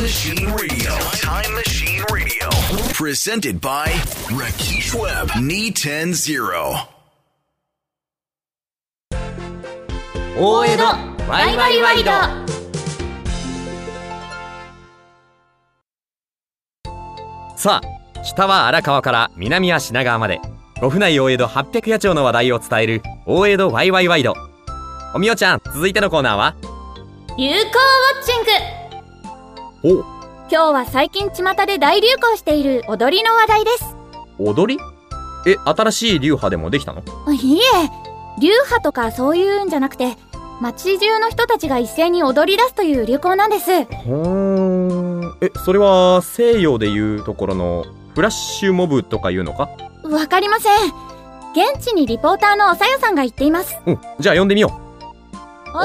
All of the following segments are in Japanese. Machine Radio. Time Machine Radio. Presented by Rakesh Webb. E Knee 10 0. 大江戸ワイワイワイドさあ北は荒川から南は品川まで五府内大江戸八百野町の話題を伝える大江戸ワイワイワイドおみおちゃん続いてのコーナーは流行ウォッチングお今日は最近巷で大流行している踊りの話題です踊りえ新しい流派でもできたのいいえ流派とかそういうんじゃなくて街中の人たちが一斉に踊り出すという流行なんですほんえそれは西洋でいうところのフラッシュモブとかいうのかわかりません現地にリポーターのおさよさんが言っていますうんじゃあ呼んでみよう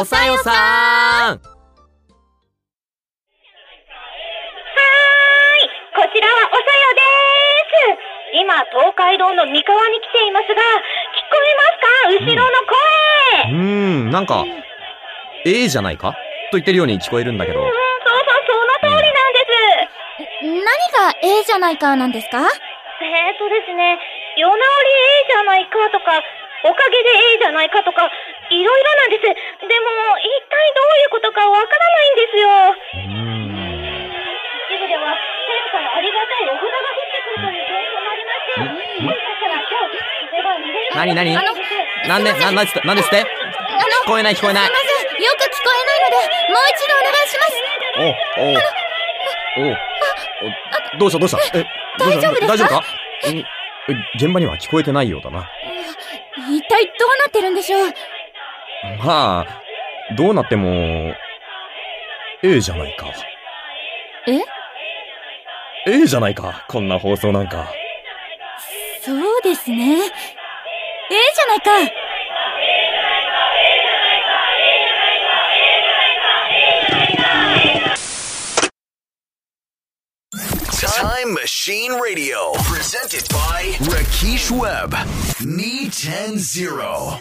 さんこちらはおさよです。今、東海道の三河に来ていますが、聞こえますか後ろうーんの声。なんか「ええじゃないか?」と言ってるように聞こえるんだけどうん、そうそう、その通りなんです。何がええじゃないかなんですかえーとですね、夜直りええじゃないかとか、おかげでええじゃないかとか、いろいろなんです。でも、一体どういうことかわからないんですよ。うーん一部では、天からありがたいお札が降ってくるという現象もありまして、もしかしたら今日、それが見れるかもしれな何い何なんで、ですなんなんつったなんですって聞こえない聞こえないすいませんよくおおおおどうし聞こえないのでもう一度お願いしますたどうしたえどうした大丈夫ですか大丈夫かんえ現場には聞こえてないようだな一体どうなってるんでしょうまあどうなってもええじゃないかえええじゃないかこんな放送なんかそうですねええじゃないか Time Machine E Radio. Presented by Rakesh Webb. Knee 10 0.